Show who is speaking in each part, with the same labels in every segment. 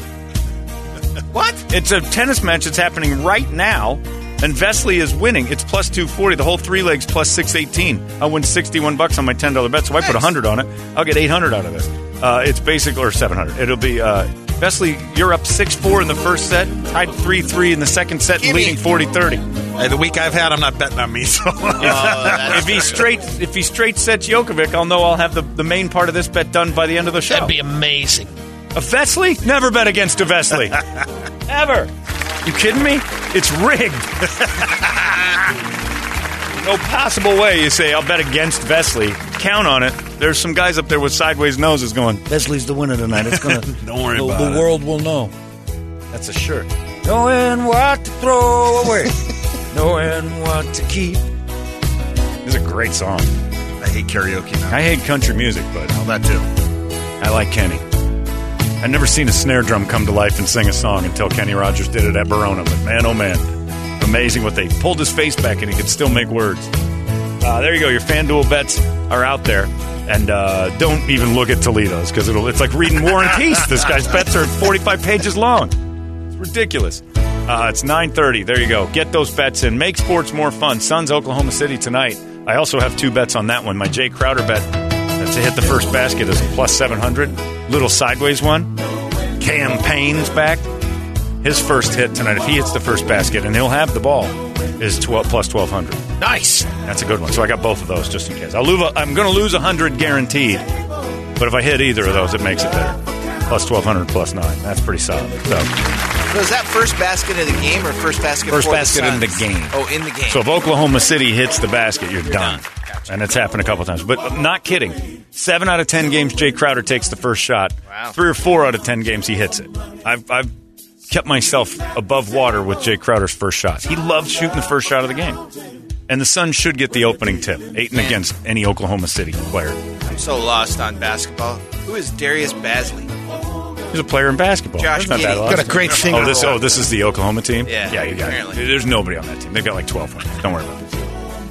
Speaker 1: What?
Speaker 2: It's a tennis match that's happening right now, and Vesely is winning. It's plus 240. The whole three legs plus 618. I win 61 bucks on my $10 bet, so I put 100 on it. I'll get 800 out of this. Uh, it's basic, or 700. It'll be, uh, Vesely, you're up 6 4 in the first set, tied 3 3 in the second set, and
Speaker 1: Gimme.
Speaker 2: leading 40 30.
Speaker 3: Hey, the week I've had, I'm not betting on me. So
Speaker 2: Uh, if he straight if he straight sets Jokovic, I'll know I'll have the, the main part of this bet done by the end of the show.
Speaker 4: That'd be amazing.
Speaker 2: a Vesley? Never bet against a Vesley. Ever. You kidding me? It's rigged. no possible way you say I'll bet against Vesley. Count on it. There's some guys up there with sideways noses going, Vesley's the winner tonight. It's gonna
Speaker 3: Don't worry
Speaker 2: the,
Speaker 3: about
Speaker 2: the
Speaker 3: it.
Speaker 2: world will know. That's a shirt. Knowing what to throw away. Knowing what to keep. This is a great song.
Speaker 3: I hate karaoke now.
Speaker 2: I hate country music, but
Speaker 3: Well, that too.
Speaker 2: I like Kenny. I've never seen a snare drum come to life and sing a song until Kenny Rogers did it at Verona. But man, oh man, amazing what they pulled his face back and he could still make words. Uh, there you go. Your FanDuel bets are out there. And uh, don't even look at Toledo's because it'll it's like reading War and Peace. This guy's bets are 45 pages long. It's ridiculous. Uh, it's 9:30. There you go. Get those bets in. Make sports more fun. Suns Oklahoma City tonight. I also have two bets on that one. My Jay Crowder bet that's to hit the first basket is plus 700. Little sideways one. Cam Payne's back. His first hit tonight, if he hits the first basket, and he'll have the ball, is 12, plus 1200.
Speaker 5: Nice.
Speaker 2: That's a good one. So I got both of those just in case. I'll lose. A, I'm going to lose 100 guaranteed. But if I hit either of those, it makes it better. Plus 1200, plus 9. That's pretty solid. So,
Speaker 1: So is that first basket of the game or first basket?
Speaker 2: First
Speaker 1: for the
Speaker 2: basket in the
Speaker 1: Suns?
Speaker 2: game.
Speaker 1: Oh, in the game.
Speaker 2: so if Oklahoma City hits the basket, you're done. And it's happened a couple times. But I'm not kidding. Seven out of 10 games, Jay Crowder takes the first shot.
Speaker 1: Wow.
Speaker 2: Three or four out of 10 games, he hits it. I've, I've kept myself above water with Jay Crowder's first shots. He loves shooting the first shot of the game. And the Suns should get the opening tip, eight and against any Oklahoma City player.
Speaker 1: I'm so lost on basketball. Who is Darius Basley?
Speaker 2: He's a player in basketball.
Speaker 1: Josh
Speaker 2: That's not
Speaker 1: Giddey.
Speaker 2: that lost.
Speaker 5: Got a great finger
Speaker 2: Oh, this
Speaker 5: roll.
Speaker 2: oh, this is the Oklahoma team.
Speaker 1: Yeah,
Speaker 2: yeah, you got it.
Speaker 1: apparently.
Speaker 2: There's nobody on that team. They've got like 12 players. Don't worry about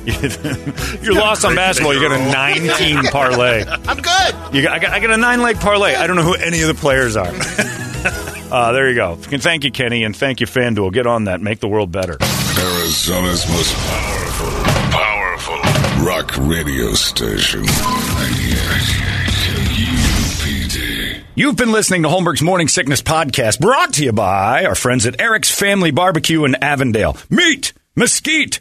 Speaker 2: it. You're lost on basketball. You got a 19 parlay.
Speaker 5: I'm good.
Speaker 2: You got, I, got, I got a nine leg parlay. I don't know who any of the players are. uh, there you go. Thank you, Kenny, and thank you, FanDuel. Get on that. Make the world better.
Speaker 6: Arizona's most powerful, powerful rock radio station. 98 KUPD.
Speaker 2: You've been listening to Holmberg's Morning Sickness Podcast, brought to you by our friends at Eric's Family Barbecue in Avondale. Meet, mesquite,